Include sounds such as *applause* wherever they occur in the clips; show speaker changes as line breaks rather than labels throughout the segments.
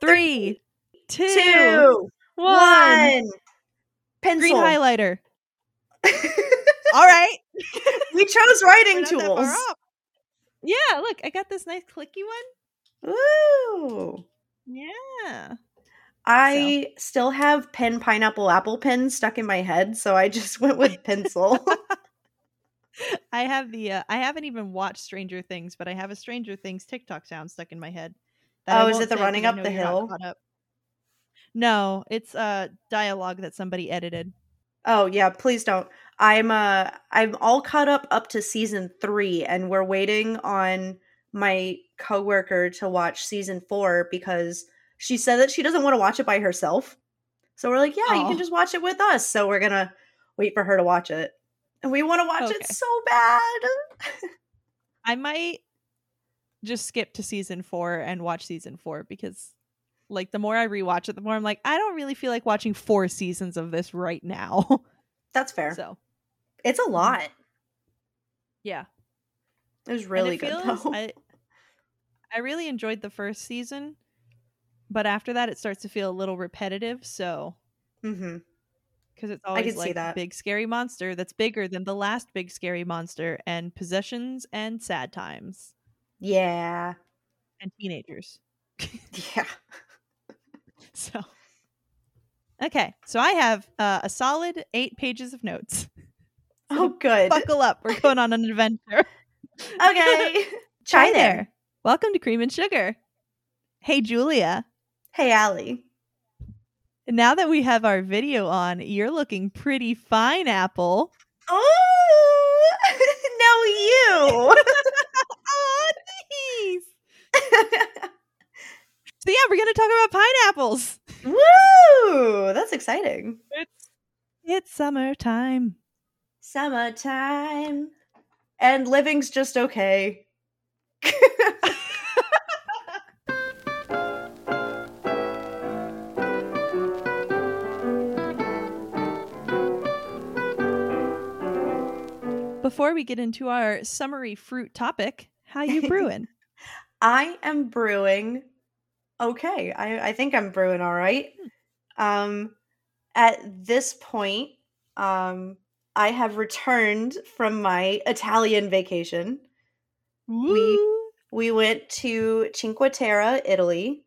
three, two,
two,
one.
one. Pencil.
Green highlighter. All right.
*laughs*
*laughs*
we chose writing
We're not that far
tools.
off. Yeah, look, I got this nice clicky one.
Woo!
Yeah.
I still have pen pineapple apple pen stuck in my head, so I just *laughs* went with pencil.
I have the uh, I haven't even watched Stranger Things, but I have a Stranger Things TikTok sound stuck in my head. I
Oh, is
won't
it the
say 'cause
running
I
up
know
the
you're not
hill?
caught up. No, it's uh dialogue that somebody edited.
oh yeah, please don't. I'm uh I'm all caught up up to season 3 and we're waiting on my coworker to watch season 4 because she said that she doesn't want to watch it by herself. So we're like, yeah, you
Aw.
can just watch it with us. So we're going to wait for her to watch it. And we want to watch
Okay.
it so bad.
I might just skip to season 4 and watch season 4 because like the more I rewatch it, the more I'm like I don't really feel like watching 4 seasons of this right now. *laughs*
That's fair.
so, mm-hmm.
It's a lot.
yeah.
It was
And it
really good
feels-
though.
I, I really enjoyed the first season, but after that, it starts to feel a little repetitive. So
*laughs* mm-hmm.
because it's always
can see
like a
that.
big scary monster that's bigger than the last big scary monster, and possessions and sad times
Yeah. *laughs*
and teenagers.
Yeah.
*laughs* So okay, so I have uh, a solid eight pages of notes.
Oh,
*laughs*
good.
Buckle up, we're going on an adventure.
Okay. *laughs* Try
Hi
there.
Welcome to Cream and Sugar. Hey, Julia.
Hey, Allie.
Now that we have our video on, you're looking pretty fine, Apple.
*laughs* Oh,
Oh, nice.
no,
So yeah, we're gonna talk about pineapples.
you. *laughs* Woo! That's exciting.
It's it's summertime.
Summertime. And living's just okay.
Before we get into our summery fruit topic, how
*laughs*
you brewing?
I am brewing okay. I, I think I'm brewing all right. Um, at this point, um, I have returned from my Italian vacation.
Woo.
We went to Cinque Terre, Italy,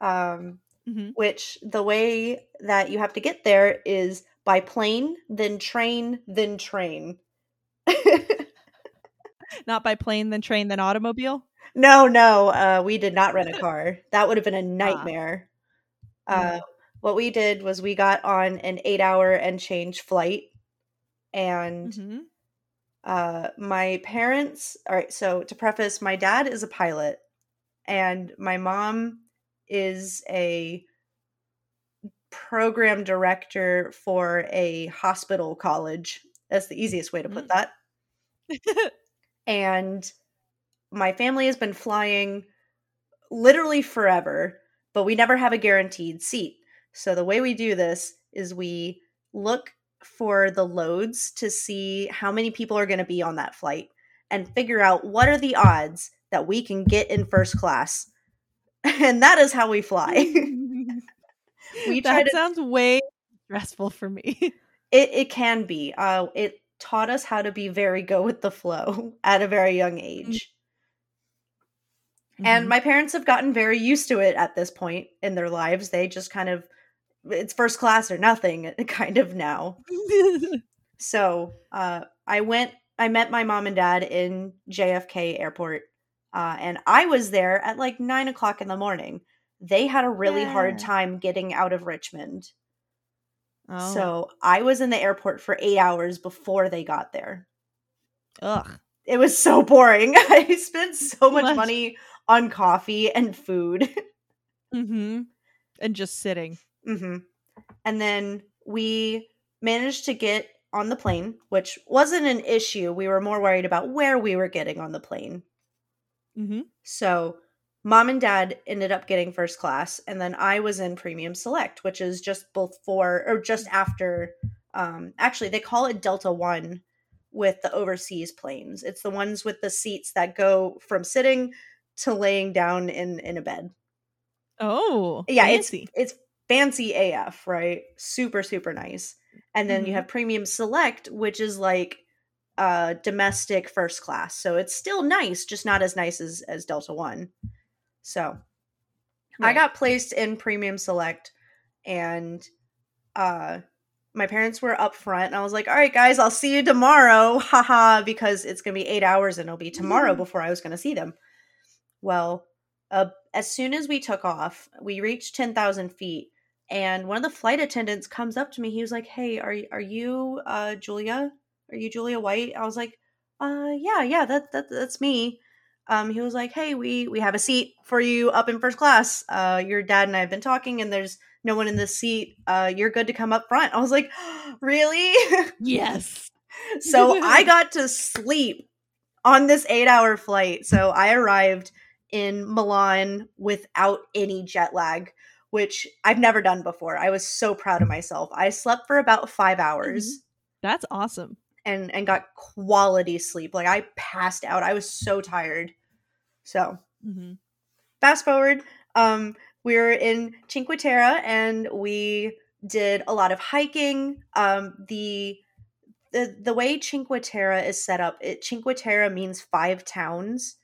um,
Mhm.
which the way that you have to get there is by plane, then train, then train. *laughs*
Not by plane, then train, then automobile.
No, no, uh, we did not rent a car. That would have been a nightmare. Uh, what we did was we got on an eight hour and change flight, and
Mhm.
*laughs* uh, my parents. All right, so to preface, my dad is a pilot, and my mom is a program director for a hospital college. That's the easiest way to
Mm.
put that and my family has been flying literally forever, but we never have a guaranteed seat. So the way we do this is we look for the loads to see how many people are going to be on that flight and figure out what are the odds that we can get in first class. *laughs* And that is how we
*laughs*
fly. *laughs* We try
that
to-
sounds way stressful for me.
it it can be. Uh it taught us how to be very go with the flow *laughs* at a very young age.
Mm-hmm.
And my parents have gotten very used to it at this point in their lives. They just kind of, it's first class or nothing, *laughs* kind of now.
*laughs* Mhm.
So uh, I went, I met my mom and dad in JFK airport. Uh, and I was there at like nine o'clock in the morning. They had a really hard
Yeah.
time getting out of Richmond.
Oh,
So I was in the airport for eight hours before they got there.
Oh, ugh.
It was so boring. *laughs* I spent so much
Much.
money on coffee and food.
Mm-hmm. And just sitting.
hmm And then we managed to get on the plane, which wasn't an issue. We were more worried about where we were getting on the plane.
Mm-hmm.
So, mom and dad ended up getting first class, and then I was in premium select, which is just before or just after. Um, actually, they call it Delta One with the overseas planes. It's the ones with the seats that go from sitting to laying down in in a bed.
Oh,
yeah
fancy.
it's it's fancy af right super super nice and then you
Mhm.
have premium select which is like uh domestic first class so it's still nice just not as nice as as delta one so i
Right.
got placed in premium select and uh my parents were up front and i was like all right guys i'll see you tomorrow *laughs* haha because it's gonna be eight hours and it'll be tomorrow before i was gonna see them well uh, as soon as we took off we reached 10000 feet and one of the flight attendants comes up to me he was like hey are, y- are you uh, julia are you julia white i was like uh yeah yeah that, that that's me um he was like hey we we have a seat for you up in first class uh your dad and i have been talking and there's no one in this seat uh you're good to come up front i was like *gasps* really *laughs*
yes.
so I got to sleep on this eight hour flight. So I arrived in Milan without any jet lag, which I've never done before. I was so proud of myself. I slept for about five hours
That's awesome.
and, and got quality sleep. Like I passed out. I was so tired. So
hmm
fast forward um we were in cinque terre and we did a lot of hiking um the the, the way cinque terre is set up it cinque terre means five towns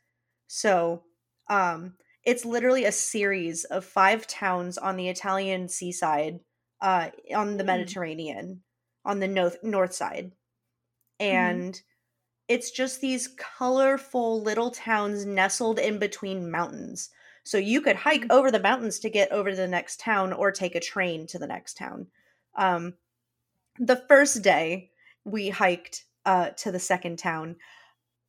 so um it's literally a series of five towns on the italian seaside uh on the
Mm.
mediterranean on the north north side and it's just these colorful little towns nestled in between mountains so you could hike
Mhm.
over the mountains to get over to the next town or take a train to the next town um, the first day we hiked uh, to the second town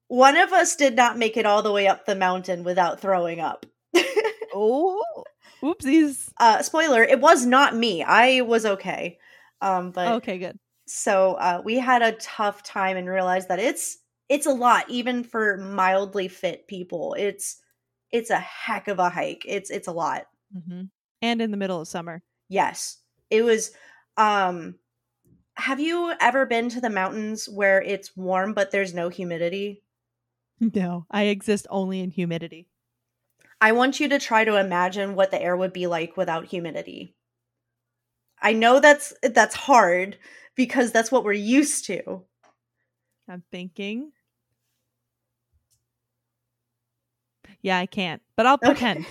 one of us did not make it all the way up the mountain without throwing up *laughs*
Oh, whoopsies.
uh, spoiler it was not me i was okay um, but
Okay, good.
so uh, we had a tough time and realized that it's it's a lot even for mildly fit people it's it's a heck of a hike it's it's a lot
hmm And in the middle of summer. *laughs*
yes it was um have you ever been to the mountains where it's warm but there's no humidity
No, I exist only in humidity.
i want you to try to imagine what the air would be like without humidity i know that's that's hard because that's what we're used to
I'm thinking. Yeah, I can't, but I'll pretend.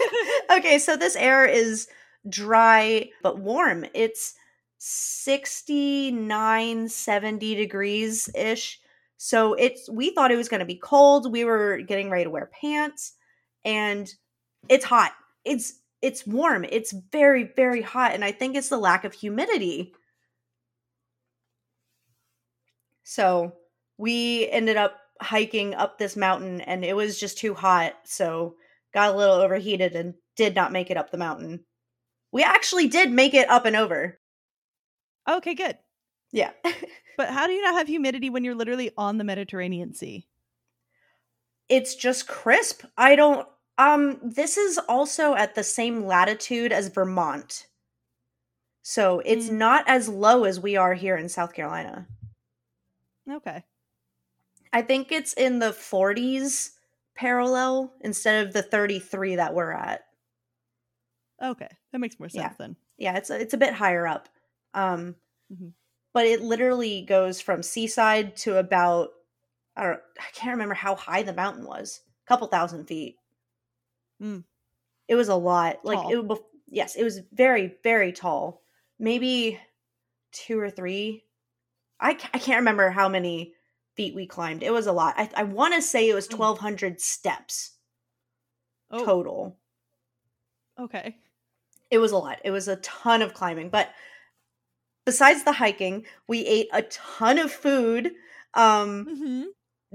*laughs* okay, so this air is dry but warm. It's 69 70 degrees ish. So it's we thought it was going to be cold. We were getting ready to wear pants and it's hot. It's it's warm. It's very very hot and I think it's the lack of humidity. So we ended up hiking up this mountain and it was just too hot. So got a little overheated and did not make it up the mountain. We actually did make it up and over.
Okay, good.
Yeah. *laughs*
But how do you not have humidity when you're literally on the Mediterranean Sea?
it's just crisp. I don't um this is also at the same latitude as Vermont. So it's
Mm.
not as low as we are here in South Carolina.
Okay.
I think it's in the 40s parallel instead of the 33 that we're at.
Okay. That makes more sense
Yeah.
then.
yeah it's a, it's a bit higher up um
Mhm.
but it literally goes from seaside to about I, don't, I can't remember how high the mountain was a couple thousand feet
Mm.
it was a lot like
Tall.
it was yes it was very very tall maybe two or three I, ca- I can't remember how many feet we climbed it was a lot i, I want to say it was
Mm.
1200 steps
Oh,
total
okay.
it was a lot. It was a ton of climbing, but besides the hiking, we ate a ton of food. Um,
hmm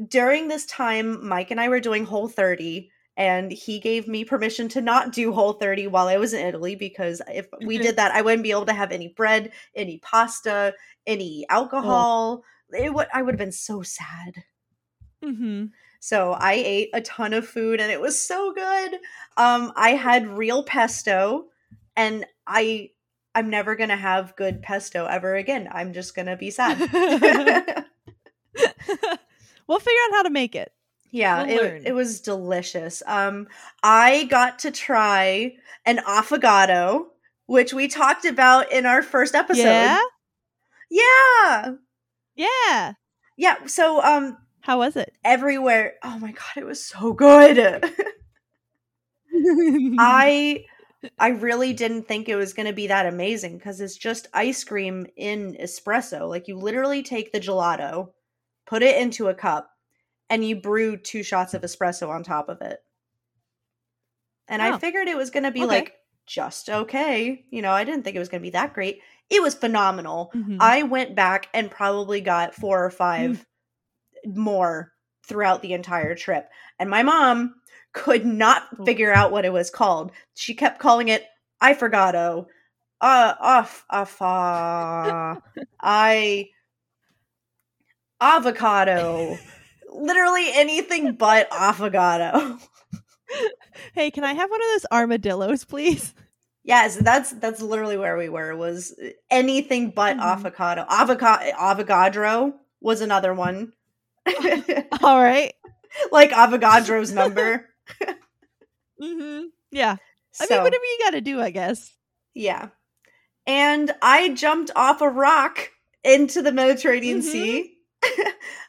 during this time, Mike and I were doing Whole 30, and he gave me permission to not do Whole 30 while I was in Italy because if we did that, I wouldn't be able to have any bread, any pasta, any alcohol. It would I would have been so sad.
*laughs* hmm
So I ate a ton of food and it was so good. Um, I had real pesto and I I'm never gonna have good pesto ever again. I'm just gonna be
*laughs*
sad. *laughs*
we'll figure out how to make it.
Yeah,
We'll
it,
learn.
it was delicious. Um, I got to try an affogato, which we talked about in our first episode.
Yeah,
yeah,
yeah.
yeah. So, um,
How was it?
everywhere. Oh my god, it was so good. *laughs*
*laughs*
I I really didn't think it was going to be that amazing because it's just ice cream in espresso. Like you literally take the gelato, put it into a cup, and you brew two shots of espresso on top of it. And I
Oh.
figured it was going to be
Okay.
like just okay. You know, I didn't think it was going to be that great. It was phenomenal.
Mhm.
I went back and probably got four or five more throughout the entire trip. And my mom could not
Oh.
figure out what it was called. She kept calling it I forgoto. Uh off off uh, I avocado. Literally anything but affogato.
hey, can I have one of those armadillos, please? *laughs*
Yes, that's that's literally where we were. Was uh, anything but
Mhm.
avocado. Avocado avogadro was another one. *laughs*
All right.
like avogadro's number.
Mm-hmm. Yeah. *laughs* I
So,
mean, whatever you got to do, I guess.
yeah. And I jumped off a rock into the Mediterranean
Mhm.
Sea. *laughs*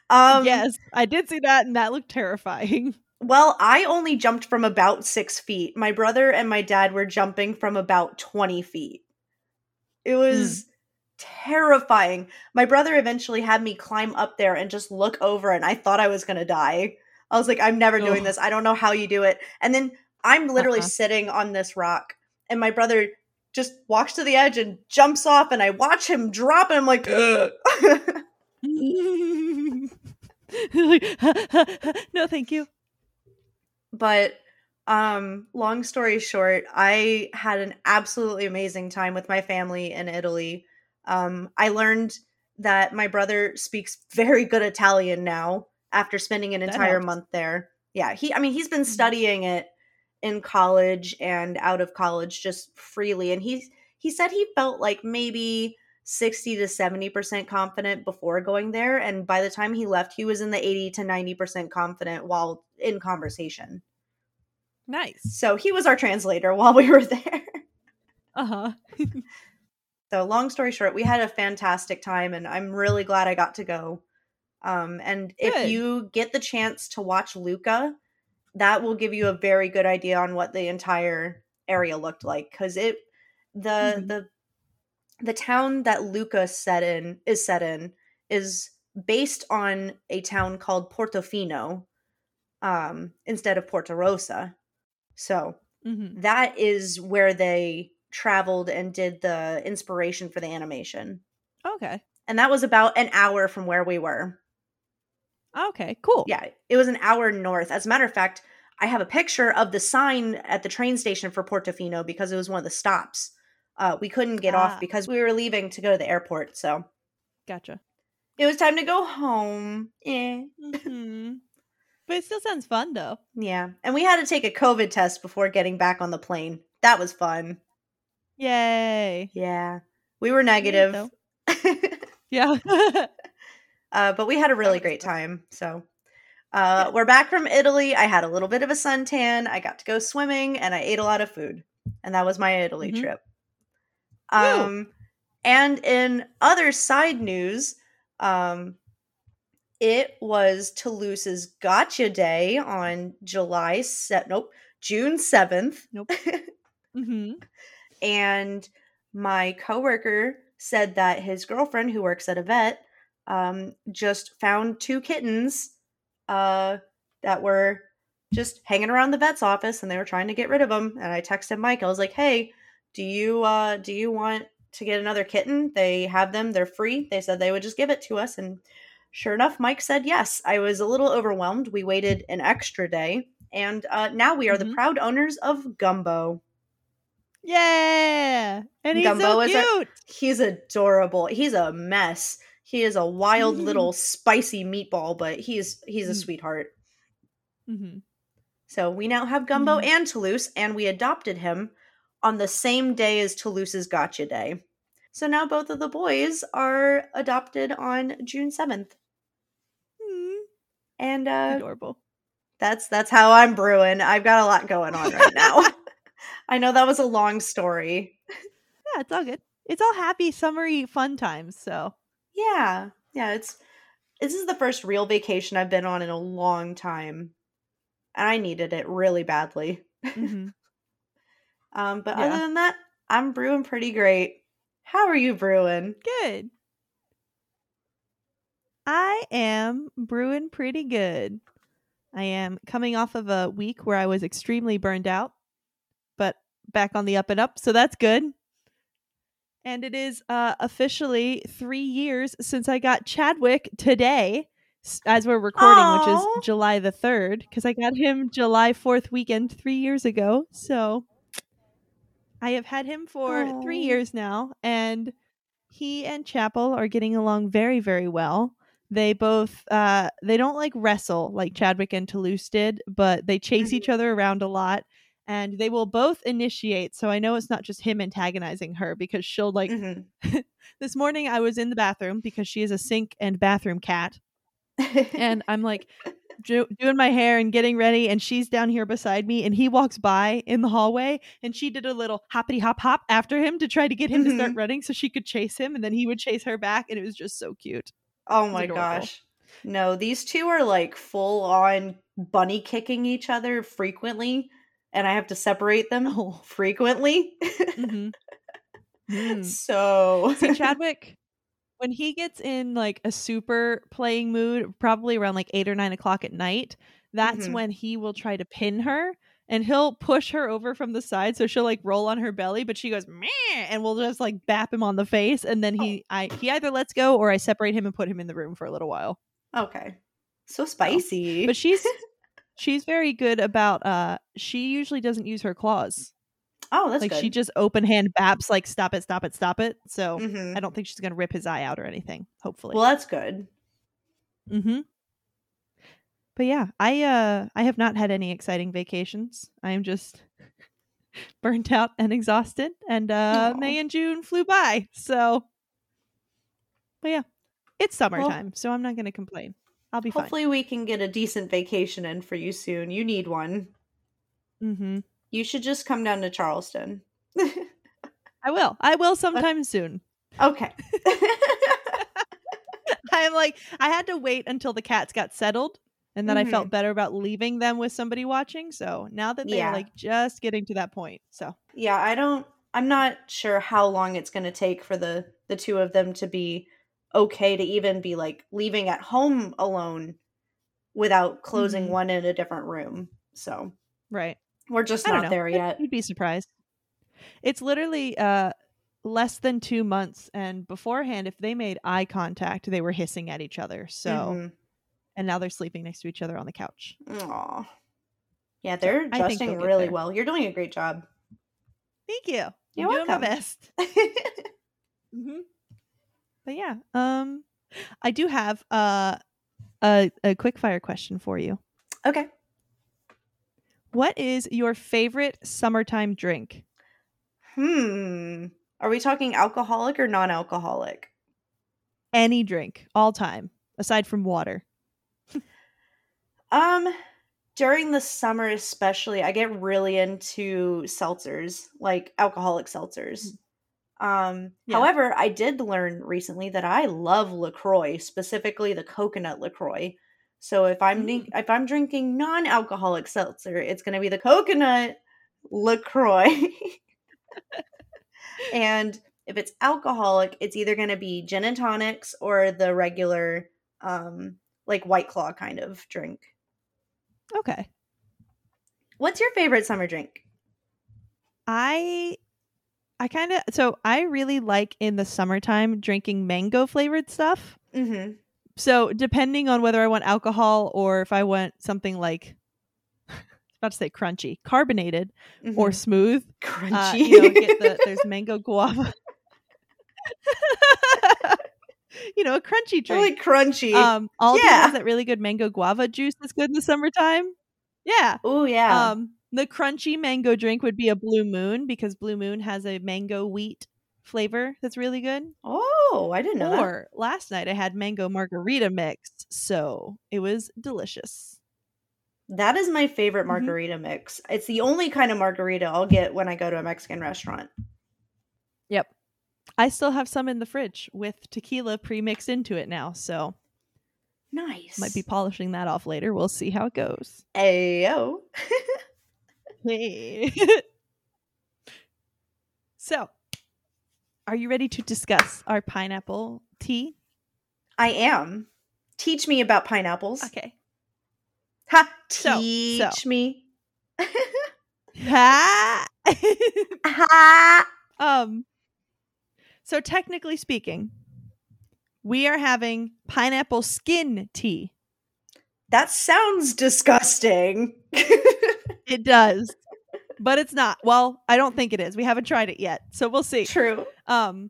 um
yes, I did see that, and that looked
*laughs*
terrifying. *laughs*
well, I only jumped from about 6 feet. My brother and my dad were jumping from about 20 feet. It was terrifying. My brother eventually had me climb up there and just look over, and I thought I was going to die. I was like, I'm never doing
Ugh.
this. I don't know how you do it. And then I'm literally
Uh-uh.
sitting on this rock, and my brother just walks to the edge and jumps off, and I watch him drop, and I'm like, "Ugh." *laughs*
Like, no, thank you.
but um long story short i had an absolutely amazing time with my family in italy um i learned that my brother speaks very good italian now after spending an
That
entire
helps.
month there yeah he i mean he's been
Mhm.
studying it in college and out of college just freely and he he said he felt like maybe 60 to 70% confident before going there and by the time he left he was in the 80 to 90% confident while in conversation
Nice.
so he was our translator *laughs* while we were there.
Uh *laughs* huh.
So long story short, we had a fantastic time and I'm really glad I got to go. Um, and if
Good.
you get the chance to watch Luca, that will give you a very good idea on what the entire area looked like cuz it the
Mhm.
the the town that Luca set in is set in is based on a town called Portofino um instead of Porta Rosa. So
hmm
that is where they traveled and did the inspiration for the animation.
Okay.
And that was about an hour from where we were.
Okay. Cool.
Yeah, it was an hour north. As a matter of fact, I have a picture of the sign at the train station for Portofino because it was one of the stops. Uh, we couldn't get
Ah.
off because we were leaving to go to the airport. So
Gotcha.
it was time to go home. Eh.
hmm But it still sounds fun, though.
Yeah. And we had to take a COVID test before getting back on the plane. That was fun.
Yay.
Yeah. We were
Neat,
negative.
though.
*laughs*
Yeah. *laughs*
Uh, but we had a really
was
great
fun.
time. So uh, we're back from Italy. I had a little bit of a suntan. I got to go swimming and I ate a lot of food. And that was my Italy
Mhm.
trip.
Woo.
Um, and in other side news, um, it was Toulouse's Gotcha Day on July se- nope, June 7th.
hmm
and my coworker said that his girlfriend who works at a vet um, just found two kittens uh, that were just hanging around the vet's office and they were trying to get rid of them and i texted mike i was like hey do you uh, do you want to get another kitten they have them they're free they said they would just give it to us and sure enough mike said yes i was a little overwhelmed we waited an extra day and uh, now we are the
Mhm.
proud owners of gumbo
Yeah. And he's
Gumbo
so
is a-
cute.
He's adorable. He's a mess. He is a wild little spicy meatball, but he's he's a
Mm.
sweetheart.
hmm
So we now have Gumbo
Mm.
and Toulouse, and we adopted him on the same day as Toulouse's Gotcha Day. So now both of the boys are adopted on June seventh,
mm
and uh,
Adorable.
That's that's how I'm brewing. I've got a lot going on right now. *laughs* I know that was a long story.
Yeah, it's all good. It's all happy, summery, fun times. So
Yeah. Yeah, it's this is the first real vacation I've been on in a long time. And I needed it really badly.
mhm.
Um, but
Yeah.
other than that, I'm brewing pretty great. How are you brewing?
good. I am brewing pretty good. I am coming off of a week where I was extremely burned out, but back on the up and up, so that's good. And it is uh, officially three years since I got Chadwick today, s- as we're recording, which
Aw.
is July the 3rd, because I got him July 4th weekend three years ago. So I have had him for three
Aw.
years now, and he and Chapel are getting along very, very well. They both uh, they don't like wrestle like Chadwick and Toulouse did, but they chase
Mhm.
each other around a lot, and they will both initiate. So I know it's not just him antagonizing her because she'll like.
Mhm.
This morning I was in the bathroom because she is a sink and bathroom cat, and I'm like do- doing my hair and getting ready, and she's down here beside me, and he walks by in the hallway, and she did a little hoppity hop hop after him to try to get him to start
Mhm.
running so she could chase him, and then he would chase her back, and it was just so cute.
*laughs* oh my
adorable.
gosh. No, these two are like full on bunny kicking each other frequently, and I have to separate them
Oh.
frequently. *laughs*
Mhm. Mm. *laughs*
So *laughs*
See Chadwick when he gets in like a super playing mood, probably around like eight or nine o'clock at night. That's
Mhm.
when he will try to pin her, and he'll push her over from the side, so she'll like roll on her belly, but she goes meh, and we'll just like bap him on the face, and
Oh.
then he I he either lets go or I separate him and put him in the room for a little while.
*laughs* okay, so spicy.
Oh, But she's she's very good about uh she usually doesn't use her claws.
oh, that's
like
good.
she just open hand baps like stop it, stop it, stop it. So
Mhm.
I don't think she's going to rip his eye out or anything, hopefully.
Well, that's good.
mm-hmm. But yeah, I uh I have not had any exciting vacations. I am just *laughs* burnt out and exhausted and uh
Aw.
May and June flew by. So But yeah, it's summertime, so I'm not going to complain. I'll be
Hopefully, we can get a decent vacation in for you soon. You need one.
fine. Mhm.
You should just come down to Charleston.
I will. I will sometime soon. *laughs*
Okay. *laughs*
I'm like I had to wait until the cats got settled and then I
Mm-hmm.
felt better about leaving them with somebody watching. So now that they're
Yeah.
like just getting to that point. So
yeah, I don't I'm not sure how long it's going to take for the the two of them to be okay to even be like leaving at home alone without closing
Mhm.
one in a different room. So,
right.
we're just
I don't
not
know.
there
It-
yet.
You'd be surprised. It's literally uh less than two months and beforehand if they made eye contact, they were hissing at each other. *laughs* So
Mm-hmm.
and now they're sleeping next to each other on the couch.
Mhm. Aw. Yeah, they're
I think
adjusting
they'll get
really
there.
well. You're doing a great job. *laughs*
Thank you.
You're
I'm doing my
welcome.
best. Mm-hmm. But yeah, um I do have uh a, a quick fire question for you.
okay.
What is your favorite summertime drink?
Hmm. Are we talking alcoholic or non-alcoholic?
Any drink, all time, aside from water.
Um, during the summer especially, I get really into seltzers, like alcoholic seltzers. Um,
Yeah.
however, I did learn recently that I love LaCroix, specifically the coconut LaCroix. So if I'm drink- if I'm drinking non-alcoholic seltzer, it's going to be the coconut LaCroix. *laughs* and if it's alcoholic, it's either going to be gin and tonics or the regular um like white claw kind of drink.
Okay.
What's your favorite summer drink?
I I kind of so I really like in the summertime drinking mango flavored stuff.
Mm-hmm.
So depending on whether I want alcohol or if I want something like *laughs* about to say crunchy, carbonated
Mm-hmm. Uh,
or smooth,
crunchy.
uh, you know, *laughs* get the, there's
*laughs*
mango guava. *laughs* you know, a crunchy
I
drink.
like crunchy.
Um, Aldi
Yeah.
has that really good mango guava juice that's good in the summertime. Yeah.
oh yeah.
Um, the crunchy mango drink would be a Blue Moon because Blue Moon has a mango wheat flavor that's really good.
oh, I didn't know that.
Or last night I had mango margarita mix, so it was delicious.
That is my
Mm-hmm.
favorite margarita mix. It's the only kind of margarita I'll get when I go to a Mexican restaurant.
Yep. I still have some in the fridge with tequila pre mixed into it now. So
Nice.
might be polishing that off later. We'll see how it goes. *laughs*
Ayo.
Hey. so, are you ready to discuss our pineapple tea?
I am. Teach me about pineapples.
*laughs* Okay.
Ha!
So, so.
Teach me. *laughs*
*laughs* Ha!
Ha!
um so technically speaking, we are having pineapple skin tea.
That sounds disgusting. *laughs*
It does. But it's not. Well, I don't think it is. We haven't tried it yet. So we'll see.
True.
Um,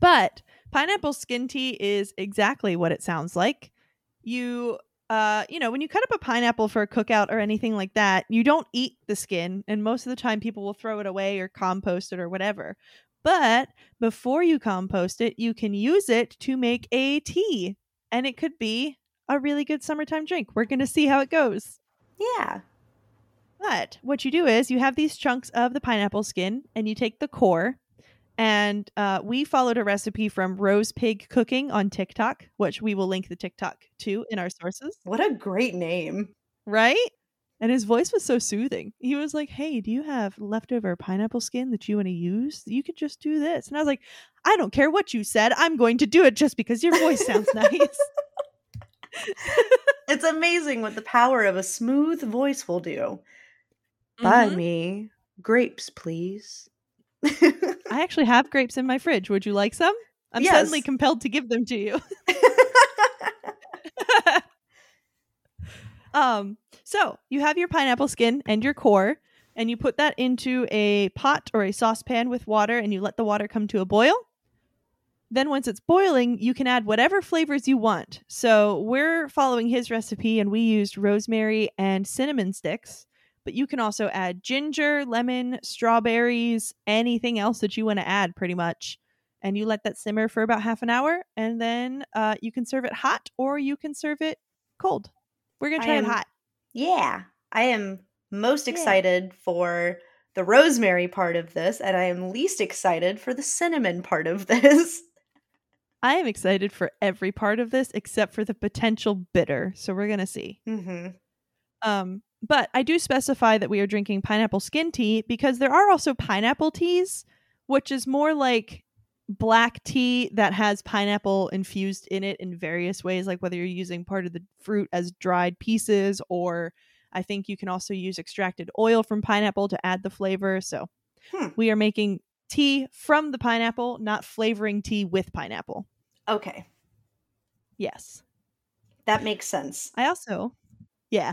but pineapple skin tea is exactly what it sounds like. You, uh, you know, when you cut up a pineapple for a cookout or anything like that, you don't eat the skin, and most of the time people will throw it away or compost it or whatever. But before you compost it, you can use it to make a tea, and it could be a really good summertime drink. We're going to see how it goes.
Yeah.
But what you do is you have these chunks of the pineapple skin and you take the core. And uh, we followed a recipe from Rose Pig Cooking on TikTok, which we will link the TikTok to in our sources.
What a great name.
Right? And his voice was so soothing. He was like, Hey, do you have leftover pineapple skin that you want to use? You could just do this. And I was like, I don't care what you said. I'm going to do it just because your voice sounds nice.
It's amazing what the power of a smooth voice will do. Buy
Mhm.
me grapes, please. *laughs*
I actually have grapes in my fridge. Would you like some? I'm
Yes.
suddenly compelled to give them to you. *laughs* um so you have your pineapple skin and your core and you put that into a pot or a saucepan with water and you let the water come to a boil then once it's boiling you can add whatever flavors you want so we're following his recipe and we used rosemary and cinnamon sticks but you can also add ginger lemon strawberries anything else that you want to add pretty much and you let that simmer for about half an hour and then uh, you can serve it hot or you can serve it cold we're gonna
I
try
am-
it hot
yeah. I am most
Yeah.
excited for the rosemary part of this, and I am least excited for the cinnamon part of *laughs* this.
I am excited for every part of this except for the potential bitter. So we're going to see.
hmm
Um, but I do specify that we are drinking pineapple skin tea because there are also pineapple teas, which is more like black tea that has pineapple infused in it in various ways, like whether you're using part of the fruit as dried pieces, or I think you can also use extracted oil from pineapple to add the flavor. So
Hmm.
we are making tea from the pineapple, not flavoring tea with pineapple.
Okay.
Yes.
That makes sense.
I also, yeah,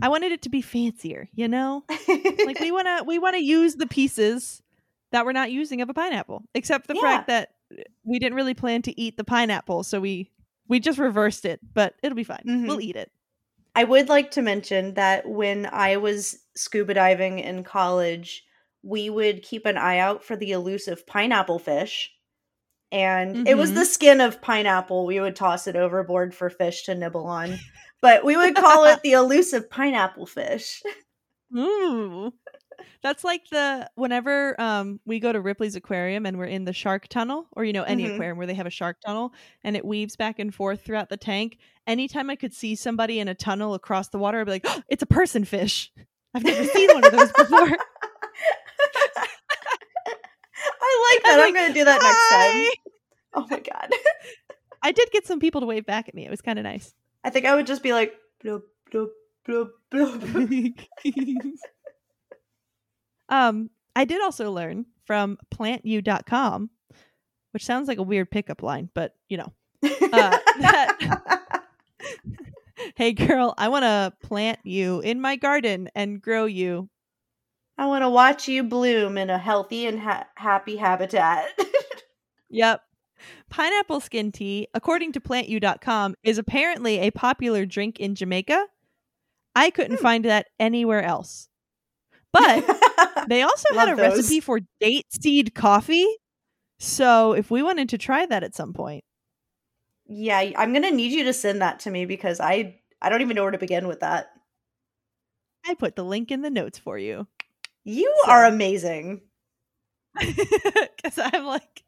I wanted it to be fancier, you know. Like we wanna we wanna use the pieces that we're not using of a pineapple, except the fact that eh, we didn't really plan to eat the pineapple, so we we just reversed it. But it'll be fine.
Mm-hmm.
We'll eat it.
I would like to mention that when I was scuba diving in college, we would keep an eye out for the elusive pineapple fish. And it was
Mhm.
the skin of pineapple. We would toss it overboard for fish to nibble on. But we would
*laughs*
call it the elusive pineapple fish. *laughs*
Ooh. That's like the whenever um we go to Ripley's aquarium and we're in the shark tunnel or you know any
Mhm.
aquarium where they have a shark tunnel and it weaves back and forth throughout the tank. Anytime I could see somebody in a tunnel across the water, I'd be like, "Oh, "It's a person fish." I've never seen one of those before.
I like
I'm
that. I'm
like,
going to do *laughs* that next
"Hi."
time. Oh my God.
I did get some people to wave back at me. It was kind of nice.
I think I would just be like, bloop, bloop, bloop, bloop.
um, I did also learn from plantu.com, which sounds like a weird pickup line, but you know,
*laughs*
uh, that- hey girl, I want to plant you in my garden and grow you.
I want to watch you bloom in a healthy and ha- happy habitat.
Yep. Pineapple skin tea, according to plantu.com, is apparently a popular drink in Jamaica. I couldn't
Hmm.
find that anywhere else. But
*laughs*
They also had a
Love those.
recipe for date seed coffee. So if we wanted to try that at some point,
yeah, I'm going to need you to send that to me because I I don't even know where to begin with that.
I put the link in the notes for you.
You
So- *laughs*
are amazing.
Because I'm like,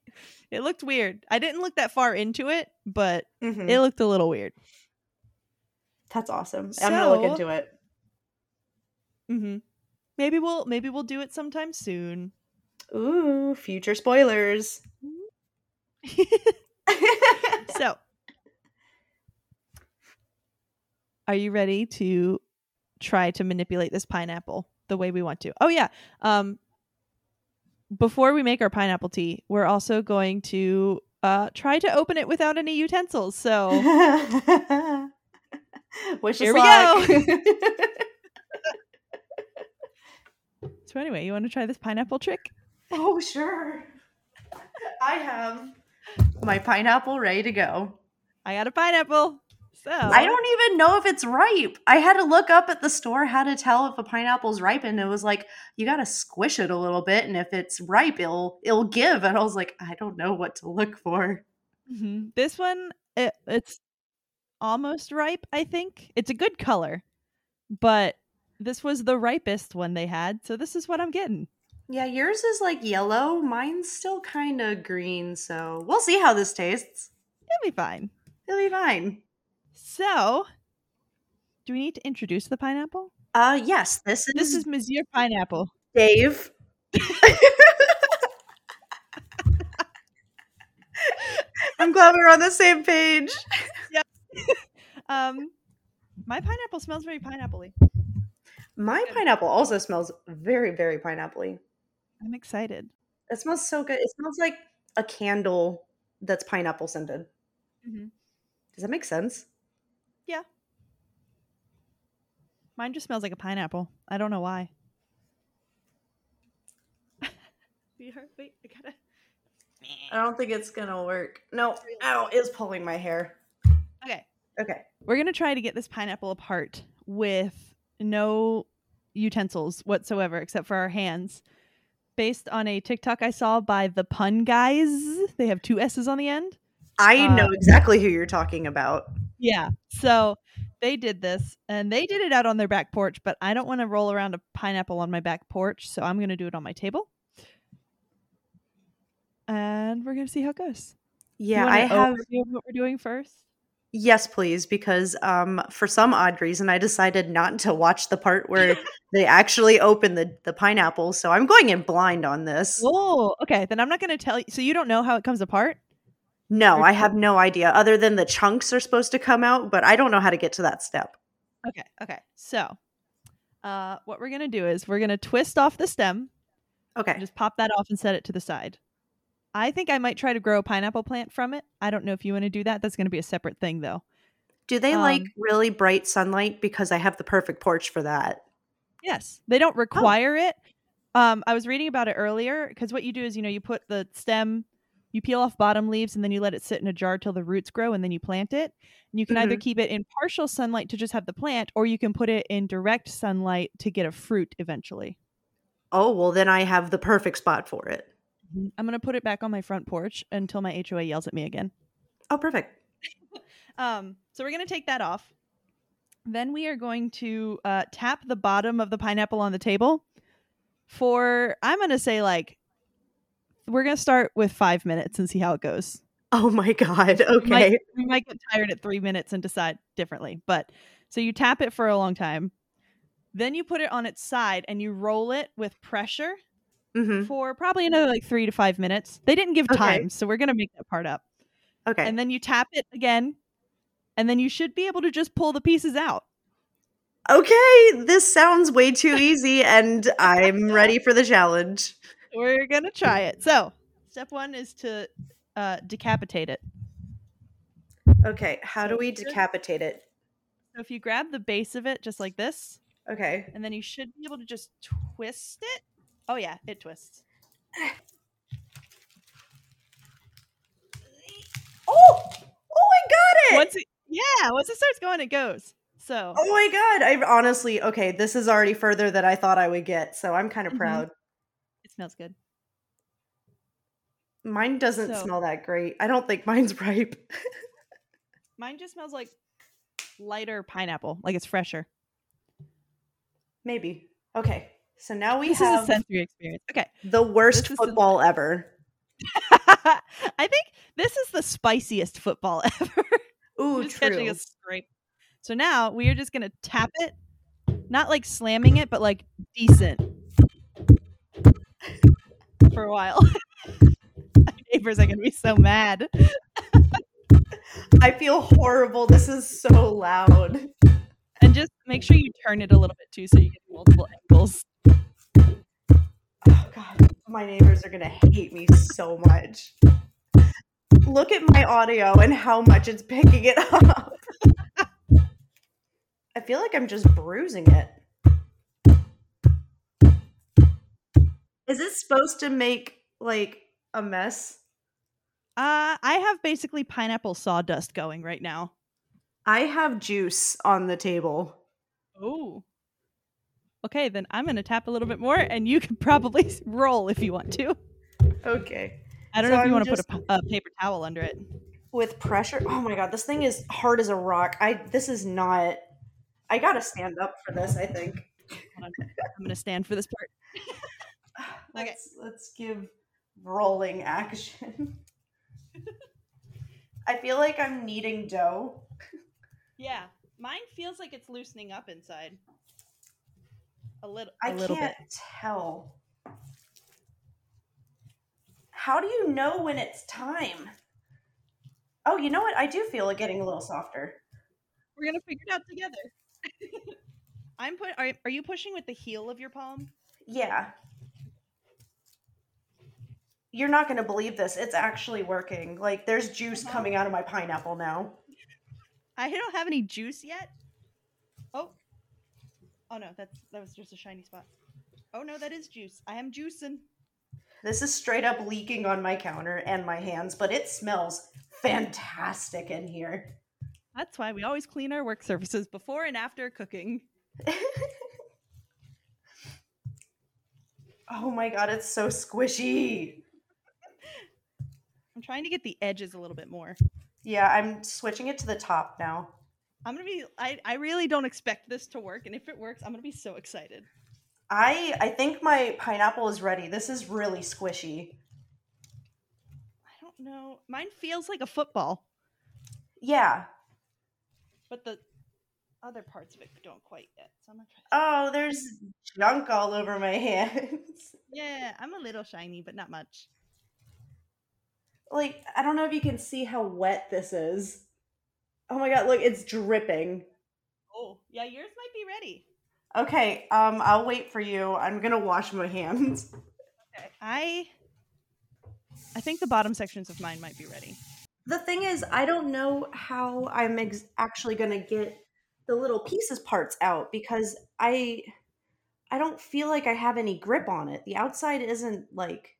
it looked weird. I didn't look that far into it, but
Mhm.
it looked a little weird.
That's awesome. I'm gonna look
So-
into it.
Mm-hmm. Maybe we'll maybe we'll do it sometime soon.
Ooh, future spoilers. *laughs*
so, are you ready to try to manipulate this pineapple the way we want to? Oh yeah. Um, before we make our pineapple tea, we're also going to uh, try to open it without any utensils. So
Wish
Here
us
we
luck. *laughs*
so anyway, you want to try this pineapple trick?
oh sure. I have my pineapple ready to go.
I got a pineapple. So
I don't even know if it's ripe. I had to look up at the store how to tell if a pineapple's ripened. It was like you got to squish it a little bit, and if it's ripe, it'll it'll give. And I was like, I don't know what to look for.
Mhm. This one, it, it's almost ripe, I think. It's a good color, but this was the ripest one they had, so this is what I'm getting.
Yeah, yours is like yellow. Mine's still kind of green, so we'll see how this tastes.
It'll be fine.
It'll be fine.
So, do we need to introduce the pineapple?
Uh, yes, this is
This is Monsieur Pineapple.
Dave. *laughs* I'm glad we're on the same page.
Um, my pineapple smells very pineappley.
My pineapple also smells very, very pineapple
I'm excited.
It smells so good. It smells like a candle that's pineapple scented. Mm-hmm.
Mhm.
Does that make sense?
Mine just smells like a pineapple. I don't know why. Wait, I gotta.
I don't think it's gonna work. No, ow, it's pulling my hair.
Okay.
Okay.
We're going to try to get this pineapple apart with no utensils whatsoever except for our hands. Based on a TikTok I saw by the pun guys. They have two S's on the end.
I know
Um,
exactly who you're talking about.
Yeah. So they did this and they did it out on their back porch, but I don't want to roll around a pineapple on my back porch, so I'm going to do it on my table. And we're going to see how it goes. You
Yeah,
want
I
an
have
overview of what we're doing first.
Yes, please, because um, for some odd reason, I decided not to watch the part *laughs* where they actually open the, the pineapple. So I'm going in blind on this.
Oh, okay. Then I'm not going to tell you. So you don't know how it comes apart?
No,
or
I have no idea, other than the chunks are supposed to come out, but I don't know how to get to that step.
Okay. Okay. So, uh, what we're gonna do is we're gonna twist off the stem and
Okay.
just pop that off and set it to the side. I think I might try to grow a pineapple plant from it. I don't know if you want to do that. That's gonna be a separate thing, though.
Do they like
um,
really bright sunlight? Because I have the perfect porch for that.
Yes, they don't require it. Um, I was reading about it earlier because what you do is you know you put the stem, you peel off bottom leaves, and then you let it sit in a jar till the roots grow, and then you plant it. And you can either keep it in partial sunlight to just have the plant, or you can put it in direct sunlight to get a fruit eventually.
Oh, well, then I have the perfect spot for it.
Mm-hmm. I'm gonna put it back on my front porch until my HOA yells at me again.
Oh, perfect.
Um, so we're gonna take that off. Then we are going to uh, tap the bottom of the pineapple on the table for I'm gonna say like we're gonna start with five minutes and see how it goes.
Oh my *laughs* God. Okay.
We might get tired at three minutes and decide differently, but so you tap it for a long time. Then you put it on its side and you roll it with pressure
hmm
for probably another like three to five minutes. They didn't give
Okay.
time, so we're gonna make that part up.
Okay.
and then you tap it again and then you should be able to just pull the pieces out
okay. This sounds way too easy, and
*laughs*
I'm ready for the challenge.
we're gonna try it so step one is to uh, decapitate it
Okay, how do
So
we
just-
decapitate it?
so if you grab the base of it just like this
Okay.
and then you should be able to just twist it oh yeah it twists
Oh! Oh, I got it!
once it yeah once it starts going it goes so
Oh my god! I honestly, okay, this is already further than I thought I would get, so I'm kind of
Mhm.
proud.
it smells good
Mine doesn't
So-
*laughs* smell that great. I don't think mine's ripe.
mine just smells like lighter pineapple, like it's fresher.
Maybe. Okay. So now we
This is a
have
sensory experience. Okay. *laughs*
the worst
this is a-
football ever.
I think this is the spiciest football *laughs* ever.
Ooh,
just
true.
catching a scrape. So now we are just gonna tap it, not like slamming it, but like decent *laughs* for a while. *laughs* My neighbors are gonna be so mad.
I feel horrible. This is so loud.
And just make sure you turn it a little bit too, so you get multiple angles.
Oh god, my neighbors are gonna hate me so much. Look at my audio and how much it's picking it up. *laughs* I feel like I'm just bruising it. Is it supposed to make like a mess?
Uh, I have basically pineapple sawdust going right now.
I have juice on the table.
Oh. Okay, then I'm gonna tap a little bit more, and you can probably *laughs* roll if you want to.
Okay.
I don't
So
know if you
I'm
want to
just-
put a, a paper towel under it.
With pressure. Oh my god, this thing is hard as a rock. I this is not I gotta stand up for this, I think.
I'm gonna stand for this part. Okay.
Let's, let's give rolling action. *laughs* I feel like I'm kneading dough.
Yeah, mine feels like it's loosening up inside. A little,
I
a little
can't tell. How do you know when it's time? Oh, you know what? I do feel it getting a little softer.
bit. We're gonna figure it out together. *laughs* I'm put. Are, are you pushing with the heel of your palm?
Yeah. You're not going to believe this. It's actually working. Like, there's juice
Uh-huh.
coming out of my pineapple now.
I don't have any juice yet. Oh, oh no, that's that was just a shiny spot. Oh no, that is juice. I am juicing.
This is straight up leaking on my counter and my hands, but it smells fantastic in here. *laughs*
That's why we always clean our work surfaces before and after cooking.
oh my god, it's so squishy.
I'm trying to get the edges a little bit more.
Yeah, I'm switching it to the top now.
I'm gonna be. I, I really don't expect this to work, and if it works, I'm gonna be so excited.
I I think my pineapple is ready. This is really squishy.
I don't know. Mine feels like a football,
Yeah.
but the other parts of it don't quite yet. So I'm gonna try.
Oh, there's junk all over my *laughs* hands.
Yeah, I'm a little shiny, but not much.
like, I don't know if you can see how wet this is. Oh my god, look, it's dripping.
Oh, yeah, yours might be ready.
Okay, um, I'll wait for you. I'm gonna wash my *laughs* hands.
Okay. I I think the bottom sections of mine might be ready.
The thing is, I don't know how I'm ex- actually gonna get the little pieces parts out because I, I don't feel like I have any grip on it. The outside isn't like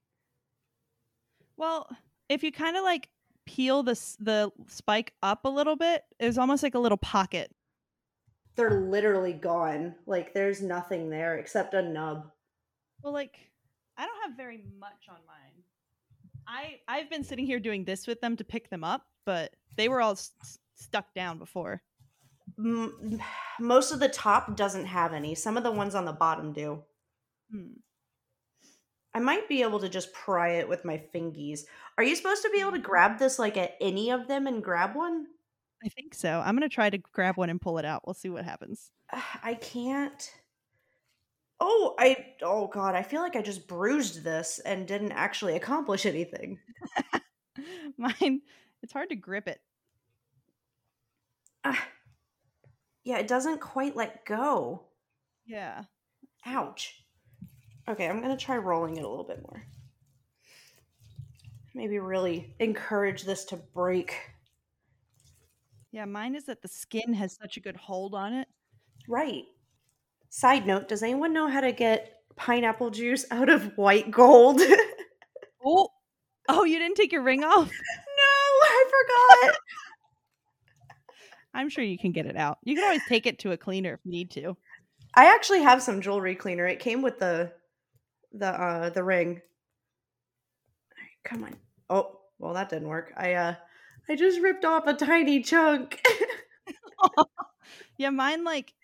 Well, if you kind of like peel the s- the spike up a little bit, it was almost like a little pocket.
they're literally gone. Like there's nothing there except a nub.
Well, like I don't have very much on mine. I I've been sitting here doing this with them to pick them up, but they were all s- s- stuck down before.
M- most of the top doesn't have any. Some of the ones on the bottom do.
Hmm.
I might be able to just pry it with my fingies. Are you supposed to be able to grab this like at any of them and grab one? *sighs*
I think so. I'm gonna try to grab one and pull it out. We'll see what happens. *laughs*
Ugh, I can't. Oh, I oh god, I feel like I just bruised this and didn't actually accomplish anything.
Mine, it's hard to grip it.
Ah. yeah, it doesn't quite let go.
Yeah.
Ouch. Okay, I'm going to try rolling it a little bit more. Maybe really encourage this to break.
Yeah, mine is that the skin has such a good hold on it.
Right. Side note, does anyone know how to get pineapple juice out of white gold? *laughs*
Oh, oh, you didn't take your ring off?
no, I forgot.
I'm sure you can get it out. You can always take it to a cleaner if you need to.
I actually have some jewelry cleaner. It came with the the uh the ring. Alright, come on. Oh, well that didn't work. I uh I just ripped off a tiny chunk.
Yeah, mine like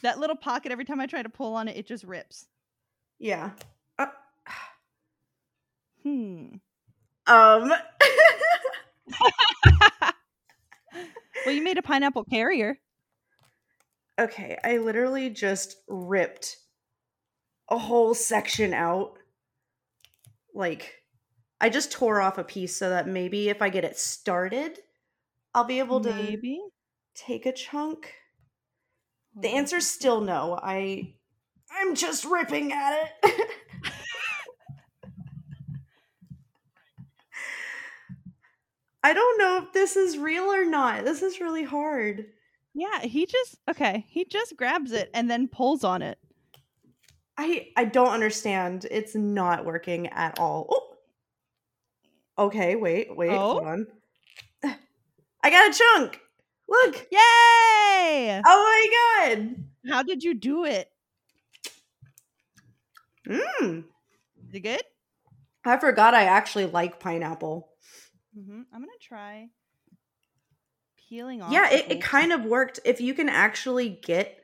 that little pocket. Every time I try to pull on it, it just rips.
*laughs* Yeah.
Hmm.
Um. *laughs*
Well, you made a pineapple carrier.
okay, I literally just ripped a whole section out. Like, I just tore off a piece so that maybe if I get it started, I'll be able to
Maybe.
take a chunk.
Hold
The
on.
answer's still no. I I'm just ripping at it. *laughs* I don't know if this is real or not. This is really hard.
Yeah, he just okay. He just grabs it and then pulls on it.
I I don't understand. It's not working at all. Oh. Okay, wait, wait, hold
Oh?
on. *sighs* I got a chunk. Look.
Yay!
Oh my god.
How did you do it?
Mm.
You good?
I forgot I actually like pineapple.
Mm-hmm. I'm gonna try peeling off.
yeah
the
it, it
old-
kind of worked if you can actually get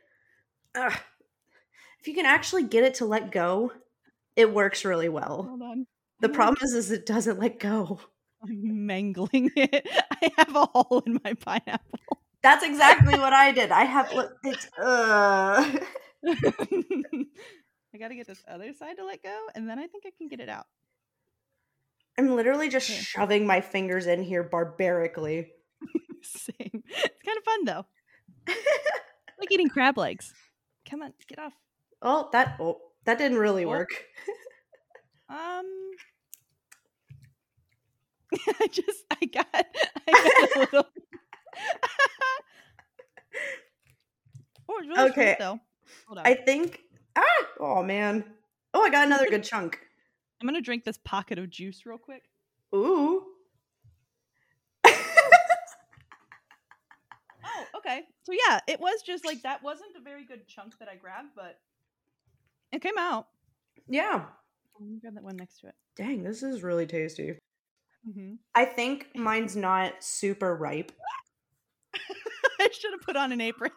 Ugh. if you can actually get it to let go it works really well
Hold on. *laughs*
the
I'm, like,
problem is is it doesn't let go
I'm mangling *laughs* it. I have a hole in my pineapple. *laughs*
that's exactly what i did i *laughs* have look, it's uh
I gotta get this other side to let go, and then I think I can get it out. *laughs*
i'm literally just
Okay.
shoving my fingers in here barbarically
Same. It's kind of fun though. like eating crab legs. Come on, get off.
oh that oh that didn't really
Oh.
work
Um, *laughs* I just I got I got
*laughs*
a little. *laughs* oh, it's really
Okay.
sweet though. Hold on.
i think ah oh man oh i got another good chunk
I'm gonna drink this pocket of juice real quick.
ooh
Oh, okay. So yeah, it was just like that wasn't a very good chunk that I grabbed, but it came out.
yeah
Let me grab that one next to it.
dang this is really tasty
Mm-hmm.
I think mine's not super ripe.
*laughs* I should have put on an *laughs* apron.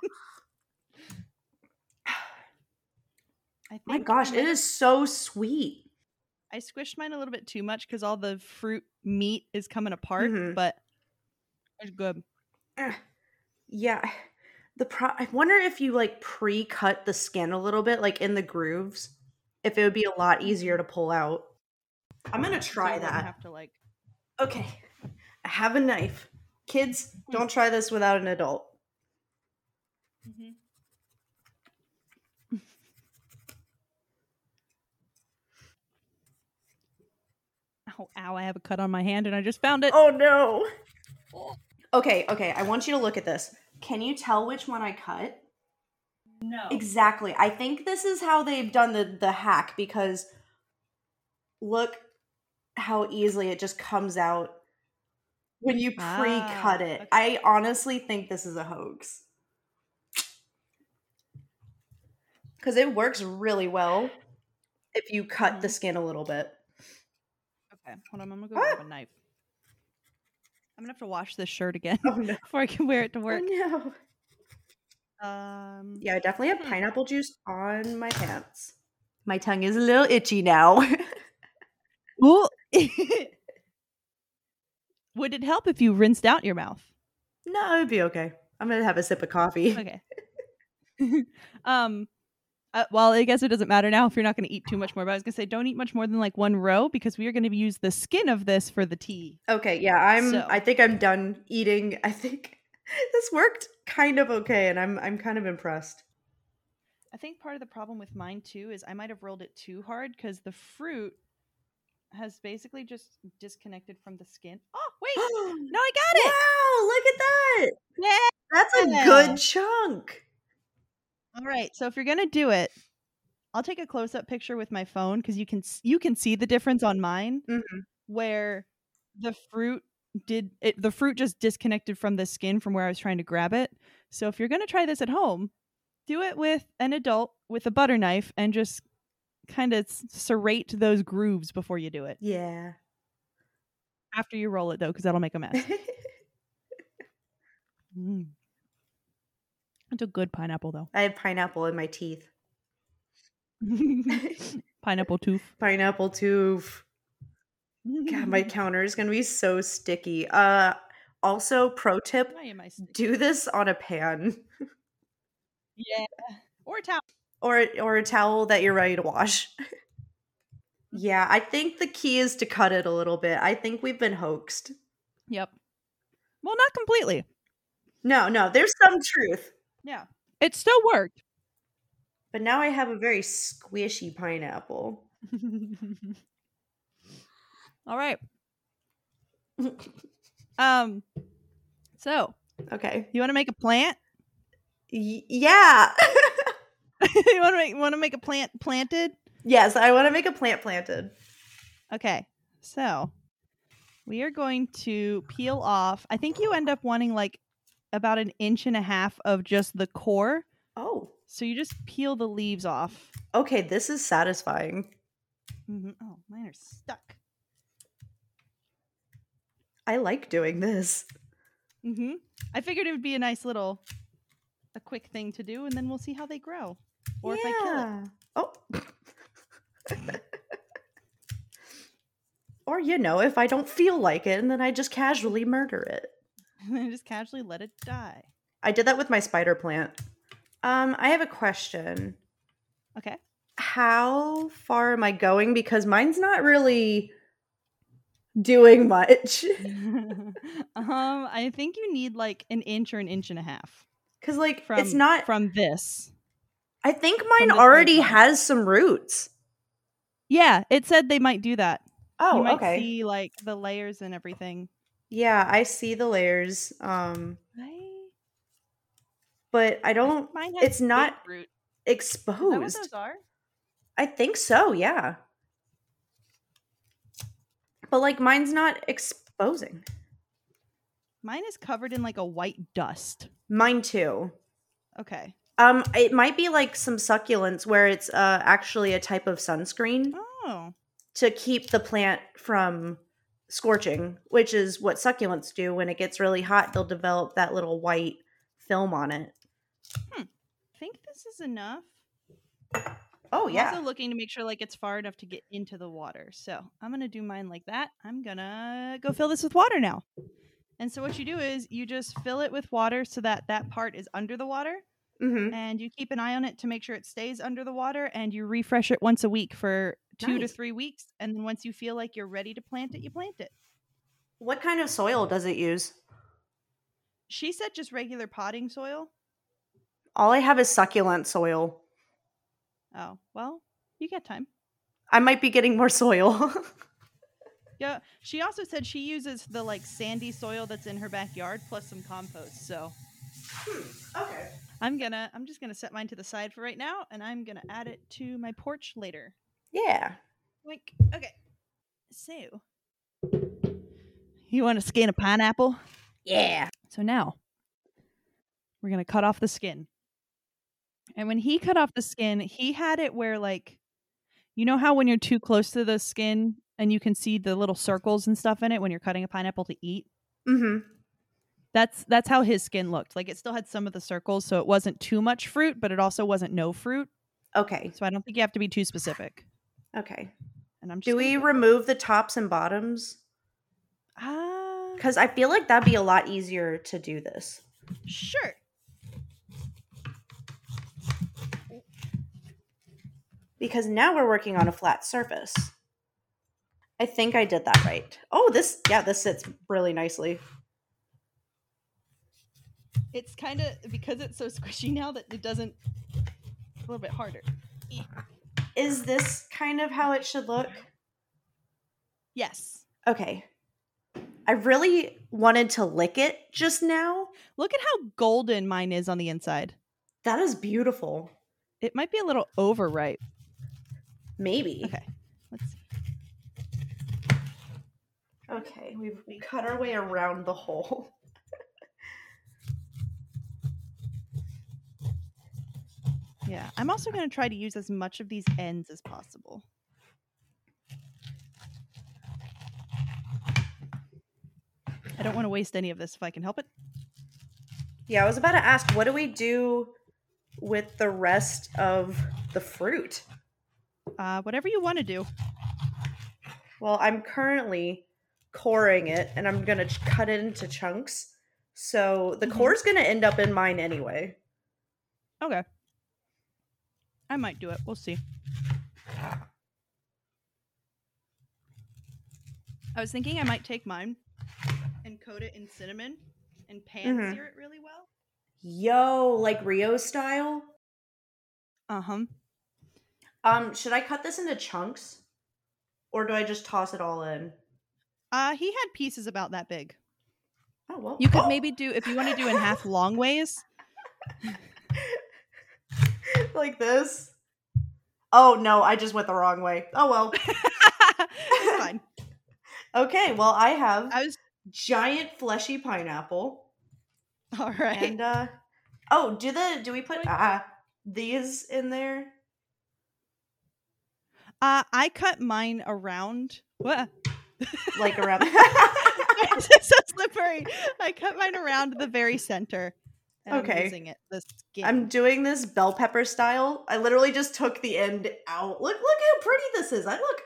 I think
My
I
gosh,
might
it is so sweet.
I squished mine a little bit too much because all the fruit meat is coming apart,
Mhm.
but it's good.
Ugh. Yeah. The pro I wonder if you like pre-cut the skin a little bit like in the grooves if it would be a lot easier to pull out. I'm going to
So I
try
wouldn't
that.
Have to like.
okay. I have a knife. Kids, don't try this without an adult. Mm-hmm.
Mhm. *laughs* ow, ow! I have a cut on my hand, and I just found it.
Oh no. Okay, okay. I want you to look at this. Can you tell which one I cut?
no!
Oh. Exactly. I think this is how they've done the the hack because look how easily it just comes out when you
Ah,
pre-cut it.
okay.
I honestly think this is a hoax. Cuz it works really well if you cut the
Mhm.
skin a little bit.
Okay, hold on. I'm gonna go
Ah.
grab a knife. I'm gonna have to wash this shirt again *laughs*
Oh *laughs* no.
before I can wear it to
Oh
work.
no.
Um,
Yeah, I definitely have
Hmm.
pineapple juice on my pants. My tongue is a little itchy now. *laughs*
Ooh. *laughs* Would it help if you rinsed out your mouth?
no, it'd be okay. I'm going to have a sip of coffee.
Okay. *laughs* um, uh, well, I guess it doesn't matter now if you're not going to eat too much more. But I was going to say, don't eat much more than like one row because we are going to use the skin of this for the tea.
Okay, yeah, I'm
So-
I think I'm done eating. I think *laughs* this worked kind of okay and I'm I'm kind of impressed. *gasps*
I think part of the problem with mine too is I might have rolled it too hard because the fruit has basically just disconnected from the skin. Oh wait, *gasps* no, I got it.
wow, look at that.
Yeah.
That's a
Yeah.
good chunk.
All right. So if you're gonna do it, I'll take a close up picture with my phone because you can s- you can see the difference on mine
Mhm.
where the fruit did it, the fruit just disconnected from the skin from where I was trying to grab it. So if you're gonna try this at home, do it with an adult with a butter knife and just kind of serrate those grooves before you do it.
Yeah.
After you roll it though, because that'll make a mess. Mm. It's a good pineapple
*laughs*
though.
*laughs* I have pineapple in my
*laughs*
teeth. *laughs*
pineapple tooth.
Pineapple tooth.
*laughs*
God, my counter is gonna be so sticky. Uh, also, pro tip:
Why am I sticky?
do this on a pan
Yeah. Or a towel.
or or a towel that you're ready to wash. yeah, I think the key is to cut it a little bit. I think we've been hoaxed.
Yep. Well, not completely.
No, no, there's some truth.
Yeah. It still worked.
But now I have a very squishy pineapple.
All right. Um so,
Okay.
you want to make a plant? *laughs*
Y- yeah. *laughs*
you want to make want to make a plant planted?
yes, I want to make a plant planted.
Okay. So, we are going to peel off. I think you end up wanting like about an inch and a half of just the core.
Oh,
So you just peel the leaves off.
okay. This is satisfying.
Mhm. Oh, mine are stuck.
I like doing this.
Mm-hmm. I figured it would be a nice little, a quick thing to do, and then we'll see how they grow, or if I kill it.
Yeah. Oh. *laughs* or, you know, if I don't feel like it and then I just casually murder it.
*laughs* And then just casually let it die.
I did that with my spider plant. Um, I have a question.
Okay. *laughs*
How far am I going? Because mine's not really doing much. *laughs*
um, I think you need like an inch or an inch and a half.
Because, like,
From
it's not.
from this.
I think
from
mine
this
already
baseline.
has some roots.
Yeah, it said they might do that. you
Oh,
might
okay.
See like the layers and everything.
Yeah, I see the layers. Um,
I
but I don't.
Mine
it's not
root. Is that what
Exposed.
those are?
I think so, yeah. But like mine's not exposing.
Mine is covered in like a white dust.
Mine too.
Okay.
Um it might be like some succulents where it's uh actually a type of sunscreen
Oh.
to keep the plant from scorching, which is what succulents do when it gets really hot, they'll develop that little white film on it.
I think this is enough.
Oh
I'm
yeah.
also looking to make sure like it's far enough to get into the water. So I'm gonna do mine like that. I'm gonna go fill this with water now. And so what you do is you just fill it with water so that that part is under the water,
mhm.
and you keep an eye on it to make sure it stays under the water, and you refresh it once a week for two to
Nice.
three weeks. And then once you feel like you're ready to plant it, you plant it.
What kind of soil does it use?
She said just regular potting soil.
All I have is succulent soil.
Oh well, you get time.
I might be getting more soil. *laughs*
Yeah. She also said she uses the like sandy soil that's in her backyard plus some compost. So
okay.
I'm gonna I'm just gonna set mine to the side for right now and I'm gonna add it to my porch later.
Yeah.
Like okay. So you wanna skin a pineapple?
Yeah.
So now we're gonna cut off the skin. And when he cut off the skin, he had it where like you know how when you're too close to the skin and you can see the little circles and stuff in it when you're cutting a pineapple to eat?
Mm-hmm.
That's that's how his skin looked. Like it still had some of the circles, so it wasn't too much fruit, but it also wasn't no fruit.
Okay.
So I don't think you have to be too specific.
Okay.
And I'm just
Do we remove the tops and bottoms?
Ah,
Because I feel like that'd be a lot easier to do this.
sure.
Because now we're working on a flat surface. I think I did that right. Oh, this, yeah, this sits really nicely.
It's kind of because it's so squishy now that it doesn't. It's a little bit harder.
Is this kind of how it should look?
Yes.
Okay. I really wanted to lick it just now.
Look at how golden mine is on the inside.
That is beautiful.
It might be a little overripe.
Maybe.
Okay. Let's see.
Okay, we've we cut our way around the hole. *laughs*
Yeah. I'm also going to try to use as much of these ends as possible. I don't want to waste any of this if I can help it.
Yeah, I was about to ask, what do we do with the rest of the fruit?
Uh, whatever you want to do.
Well, I'm currently coring it and I'm going to ch- cut it into chunks. So the
Mhm.
core's going to end up in mine anyway.
Okay. I might do it. We'll see. I was thinking I might take mine and coat it in cinnamon and pan
Mhm.
sear it really well.
Yo, like Rio style?
Uh
Uh-huh.
huh.
Um, should I cut this into chunks? Or do I just toss it all in?
Uh, he had pieces about that big.
Oh, well.
You
*laughs*
could
Oh!
maybe do if you want to do in
*laughs*
half long ways.
like this. Oh, no, I just went the wrong way. Oh,
*laughs*
well.
it's fine.
Okay, well, I have
I was *laughs*
giant fleshy pineapple.
all right.
And uh oh, do the do we put uh these in there?
Uh, I cut mine around. What? *laughs*
Like around *laughs*
it's so slippery. I cut mine around the very center. And I'm
Okay.
using it. The skin.
I'm doing this bell pepper style. I literally just took the end out. Look look how pretty this is. I look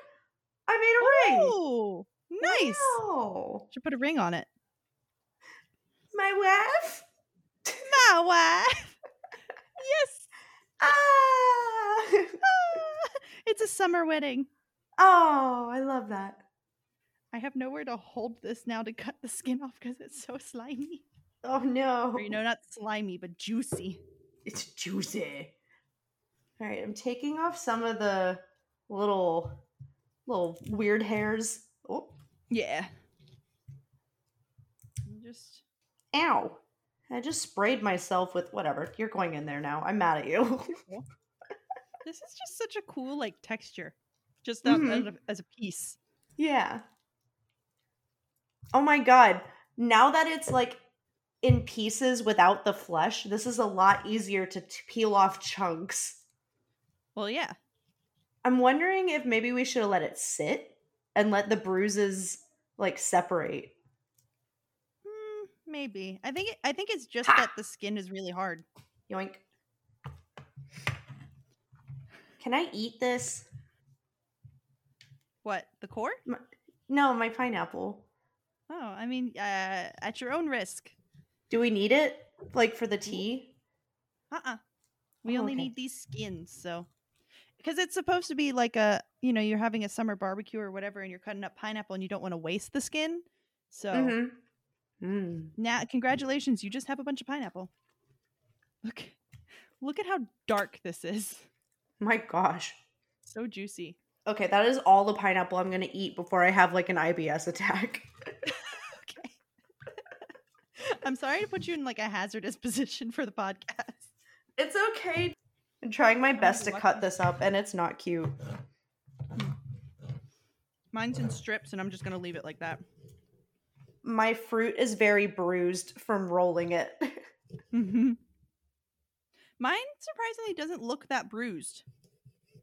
I made a ring.
Oh, nice.
Wow.
Should put a ring on it.
My wife.
My wife. yes.
Ah.
Ah, it's a summer wedding.
*laughs* Oh, I love that.
I have nowhere to hold this now to cut the skin off because it's so slimy.
Oh no.
Or, you know, not slimy, but juicy.
It's juicy. All right, I'm taking off some of the little little weird hairs. Oh,
Yeah. I'm Just
ow. I just sprayed myself with whatever. You're going in there now. I'm mad at you. *laughs*
this is just such a cool like texture, just out-
Mhm.
out of- as a piece.
yeah. Oh my god. Now that it's like in pieces without the flesh, this is a lot easier to t- peel off chunks.
Well, yeah.
I'm wondering if maybe we should have let it sit and let the bruises like separate.
Mm, maybe. I think. It, I think it's just
Ha!
that the skin is really hard.
Yoink. Can I eat this?
What the core?
No, my pineapple.
Oh, I mean, uh, at your own risk.
Do we need it? Like for the tea?
Uh uh We
Oh,
only
okay.
need these skins, so because it's supposed to be like a you know you're having a summer barbecue or whatever, and you're cutting up pineapple, and you don't want to waste the skin. So
Mm-hmm. Mm.
now, congratulations, you just have a bunch of pineapple. Look, look at how dark this is.
My gosh.
So juicy. *laughs*
Okay, that is all the pineapple I'm gonna eat before I have like an IBS attack. *laughs*
Okay. I'm sorry to put you in like a hazardous *laughs* position for the podcast.
It's okay. I'm trying my best to
lucky.
cut this up and it's not cute.
Mine's in strips, and I'm just gonna leave it like that.
My fruit is very bruised from rolling it. *laughs*
Mm-hmm. Mine surprisingly doesn't look that bruised.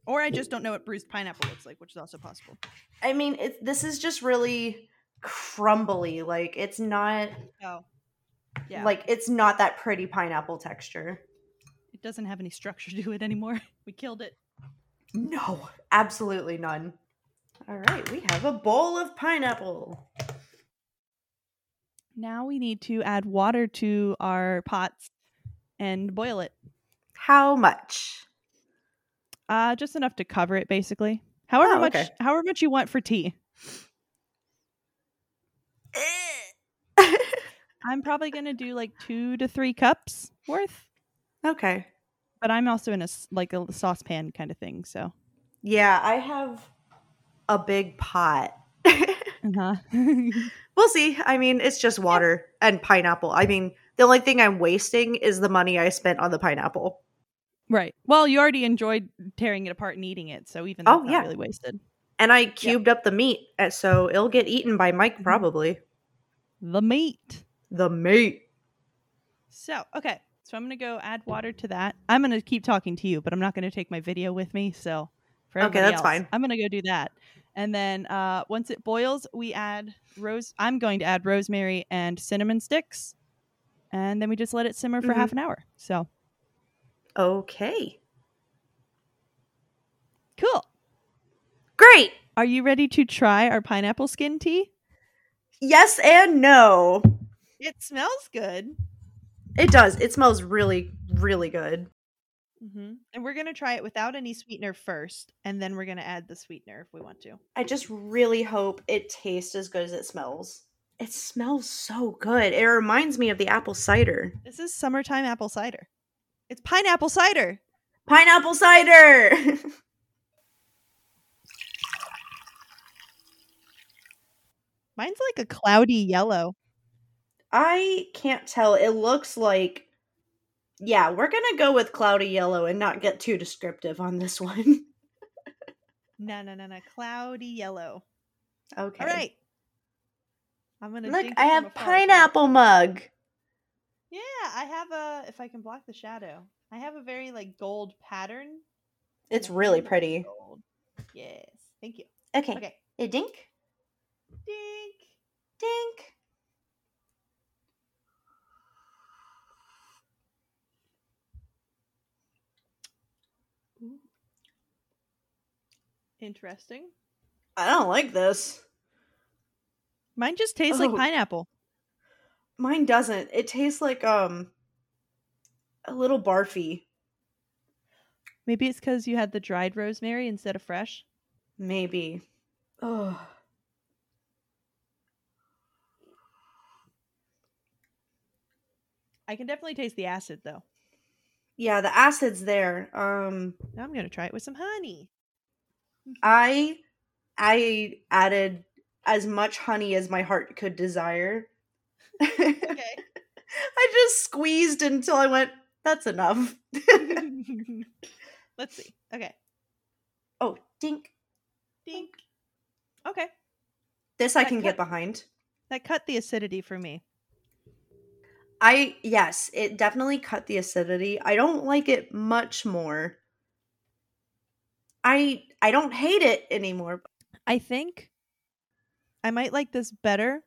Or I just don't know what bruised pineapple looks like, which is also possible.
I mean, it, this is just really crumbly. Like, it's not
Oh. Yeah. Like
like it's not that pretty pineapple texture.
it doesn't have any structure *laughs* to it anymore. We killed it.
No, absolutely none. All right, we have a bowl of pineapple.
Now we need to add water to our pots and boil it.
How much?
Uh just enough to cover it basically. However
Oh,
much
okay.
however much you want for tea. I'm probably going to do like 2 to 3 cups worth,
okay.
but I'm also in a s- like a saucepan kind of thing, so.
Yeah, I have a big pot. *laughs*
Uh-huh. *laughs*
we'll see. I mean, it's just water and pineapple. I mean, the only thing I'm wasting is the money I spent on the pineapple.
Right. Well, you already enjoyed tearing it apart and eating it, so even
Oh,
that's not
yeah.
really wasted.
And I cubed up the meat, uh, so it'll get eaten by Mike
Mhm.
probably.
The meat.
The meat.
So, okay. So I'm going to go add water to that. I'm going to keep talking to you, but I'm not going to take my video with me, so for
Okay,
everybody
that's
else,
fine.
I'm going to go do that. And then uh once it boils, we add rose I'm going to add rosemary and cinnamon sticks and then we just let it simmer for
Mhm.
half an hour. So
Okay.
cool.
Great.
Are you ready to try our pineapple skin tea?
Yes and no.
It smells good.
It does. It smells really, really good.
Mm-hmm. And we're going to try it without any sweetener first, and then we're going to add the sweetener if we want to.
I just really hope it tastes as good as it smells. It smells so good. It reminds me of the apple cider.
This is summertime apple cider. It's pineapple cider.
Pineapple cider! *laughs*
Mine's like a cloudy yellow.
I can't tell. It looks like. Yeah, we're gonna go with cloudy yellow and not get too descriptive on this *laughs* one.
No, no, no, no. Cloudy yellow.
okay.
All right. I'm going to
Look, I have pineapple mug.
Yeah, I have a. If I can block the shadow, I have a very like gold pattern. and
It's
the
really
handle is
pretty.
gold. Yes, thank you.
Okay.
Okay,
A dink,
dink.
dink.
Interesting.
I don't like this.
Mine just tastes like
Oh.
pineapple.
Mine doesn't. It tastes like um a little barfy,
Maybe it's because you had the dried rosemary instead of fresh.
maybe. Oh.
I can definitely taste the acid though.
Yeah, the acid's there. Um
Now I'm gonna try it with some honey.
I I added as much honey as my heart could desire. *laughs* I
*laughs* Okay.
just squeezed until I went, that's enough.
Mm-hmm. Let's see. Okay.
*laughs* oh, dink.
Dink. Okay.
This I
That
can get
cut-
behind.
That cut the acidity for me.
I yes, it definitely cut the acidity. I don't like it much more. I I don't hate it anymore.
I think I might like this better.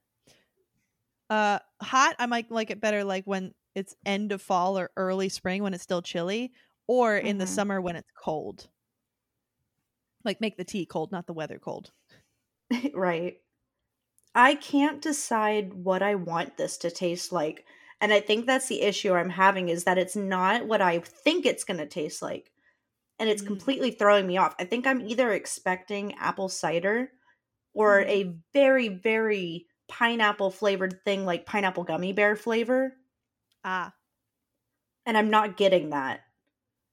Uh hot, I might like it better like when it's end of fall or early spring when it's still chilly or in the
Mhm.
summer when it's cold. Like make the tea cold, not the weather cold.
*laughs* right. I can't decide what I want this to taste like. And I think that's the issue I'm having is that it's not what I think it's going to taste like. And it's
Mm.
completely throwing me off. I think I'm either expecting apple cider or
Mhm.
a very very pineapple flavored thing like pineapple gummy bear flavor.
Ah,
and I'm not getting that.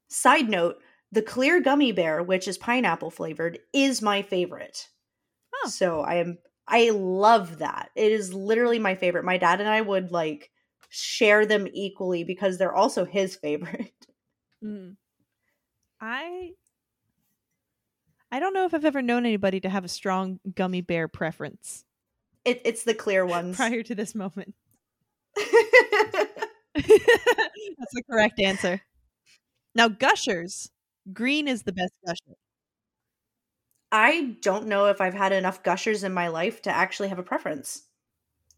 Side note, the clear gummy bear, which is pineapple flavored, is my favorite.
Oh.
So I am I love that. It is literally my favorite. My dad and I would like share them equally because they're also his favorite. *laughs*
mm. I I don't know if I've ever known anybody to have a strong gummy bear preference
It, it's the clear ones.
prior to this moment. *laughs* That's the correct answer. Now, gushers. Green is the best gusher.
*laughs* I don't know if I've had enough gushers in my life to actually have a preference.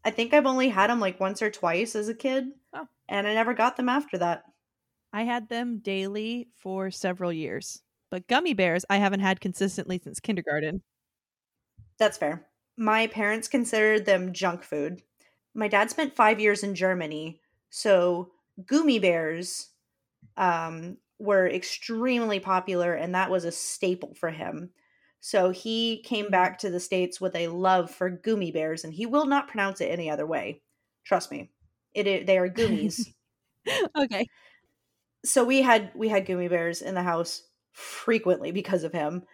I think I've only had them like once or twice as a kid,
Oh.
and I never got them after that.
I had them daily for several years, but gummy bears I haven't had consistently since kindergarten.
That's fair. My parents considered them junk food. My dad spent five years in Germany, so gummy bears um, were extremely popular, and that was a staple for him. So he came back to the States with a love for gummy bears, and he will not pronounce it any other way. Trust me. It, i- they are gummies.
okay.
so we had we had gummy bears in the house frequently because of him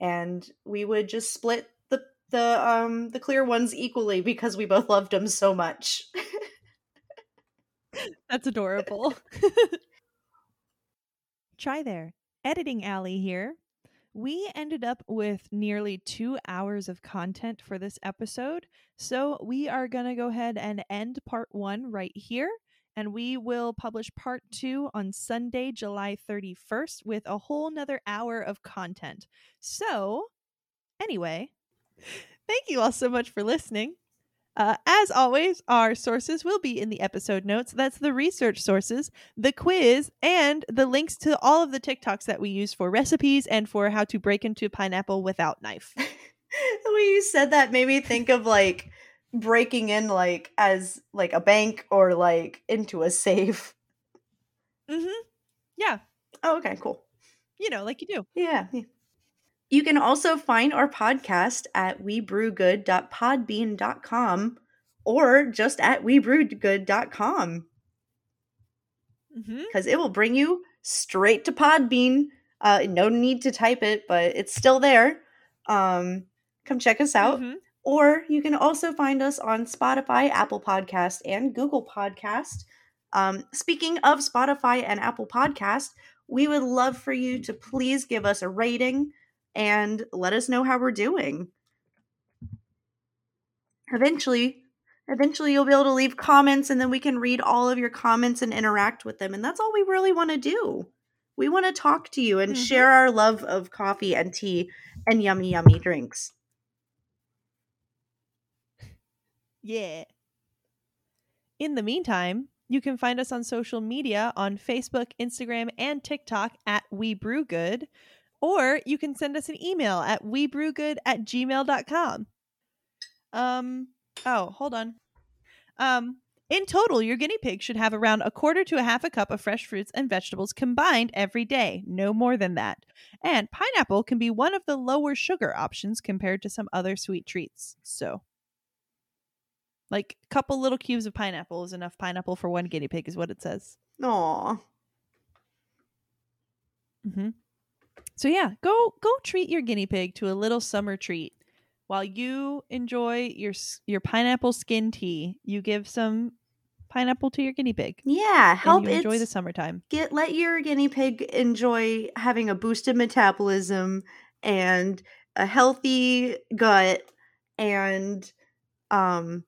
and we would just split the the um the clear ones equally because we both loved them so much *laughs*
That's adorable. *laughs* Try there. Editing Alley here. We ended up with nearly two hours of content for this episode. So we are going to go ahead and end part one right here. And we will publish part two on Sunday, July 31st, with a whole nother hour of content. So, anyway, thank you all so much for listening. Uh, as always, our sources will be in the episode notes. That's the research sources, the quiz, and the links to all of the TikToks that we use for recipes and for how to break into pineapple without knife.
the way you said that made me think of like breaking in like as like a bank or like into a safe. *laughs*
hmm Yeah,
Oh, okay, cool.
you know, like you do.
Yeah. yeah. You can also find our podcast at webrewgood.podbean.com or just at webrewgood.com
hmm
because it will bring you straight to Podbean. Uh, no need to type it, but it's still there. Um, come check us out.
hmm
Or you can also find us on Spotify, Apple Podcast, and Google Podcast. Um, speaking of Spotify and Apple Podcast, we would love for you to please give us a rating and let us know how we're doing. Eventually, eventually you'll be able to leave comments and then we can read all of your comments and interact with them and that's all we really want to do. We want to talk to you and
Mhm.
share our love of coffee and tea and yummy yummy drinks.
Yeah. In the meantime, you can find us on social media on Facebook, Instagram, and TikTok at We Brew Good, or you can send us an email at webrewgood at gmail.com. Um, oh, hold on. Um, in total, your guinea pig should have around a quarter to a half a cup of fresh fruits and vegetables combined every day, no more than that. And pineapple can be one of the lower sugar options compared to some other sweet treats. So, like couple little cubes of pineapple is enough pineapple for one guinea pig, is what it says.
Aw.
Mm-hmm. So yeah, go go treat your guinea pig to a little summer treat. While you enjoy your s- your pineapple skin tea, you give some pineapple to your guinea pig.
Yeah,
and
help
you enjoy
it
the summertime.
get let your guinea pig enjoy having a boosted metabolism and a healthy gut and um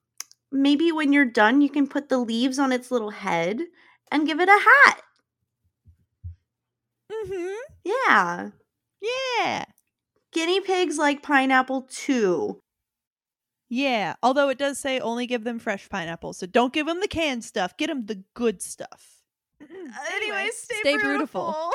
maybe when you're done you can put the leaves on its little head and give it a hat.
Mm-hmm.
Yeah.
Yeah.
Guinea pigs like pineapple too.
Yeah. Although it does say only give them fresh pineapple, so don't give them the canned stuff. *clears throat* Get them the good stuff.
Anyway, stay,
stay
beautiful.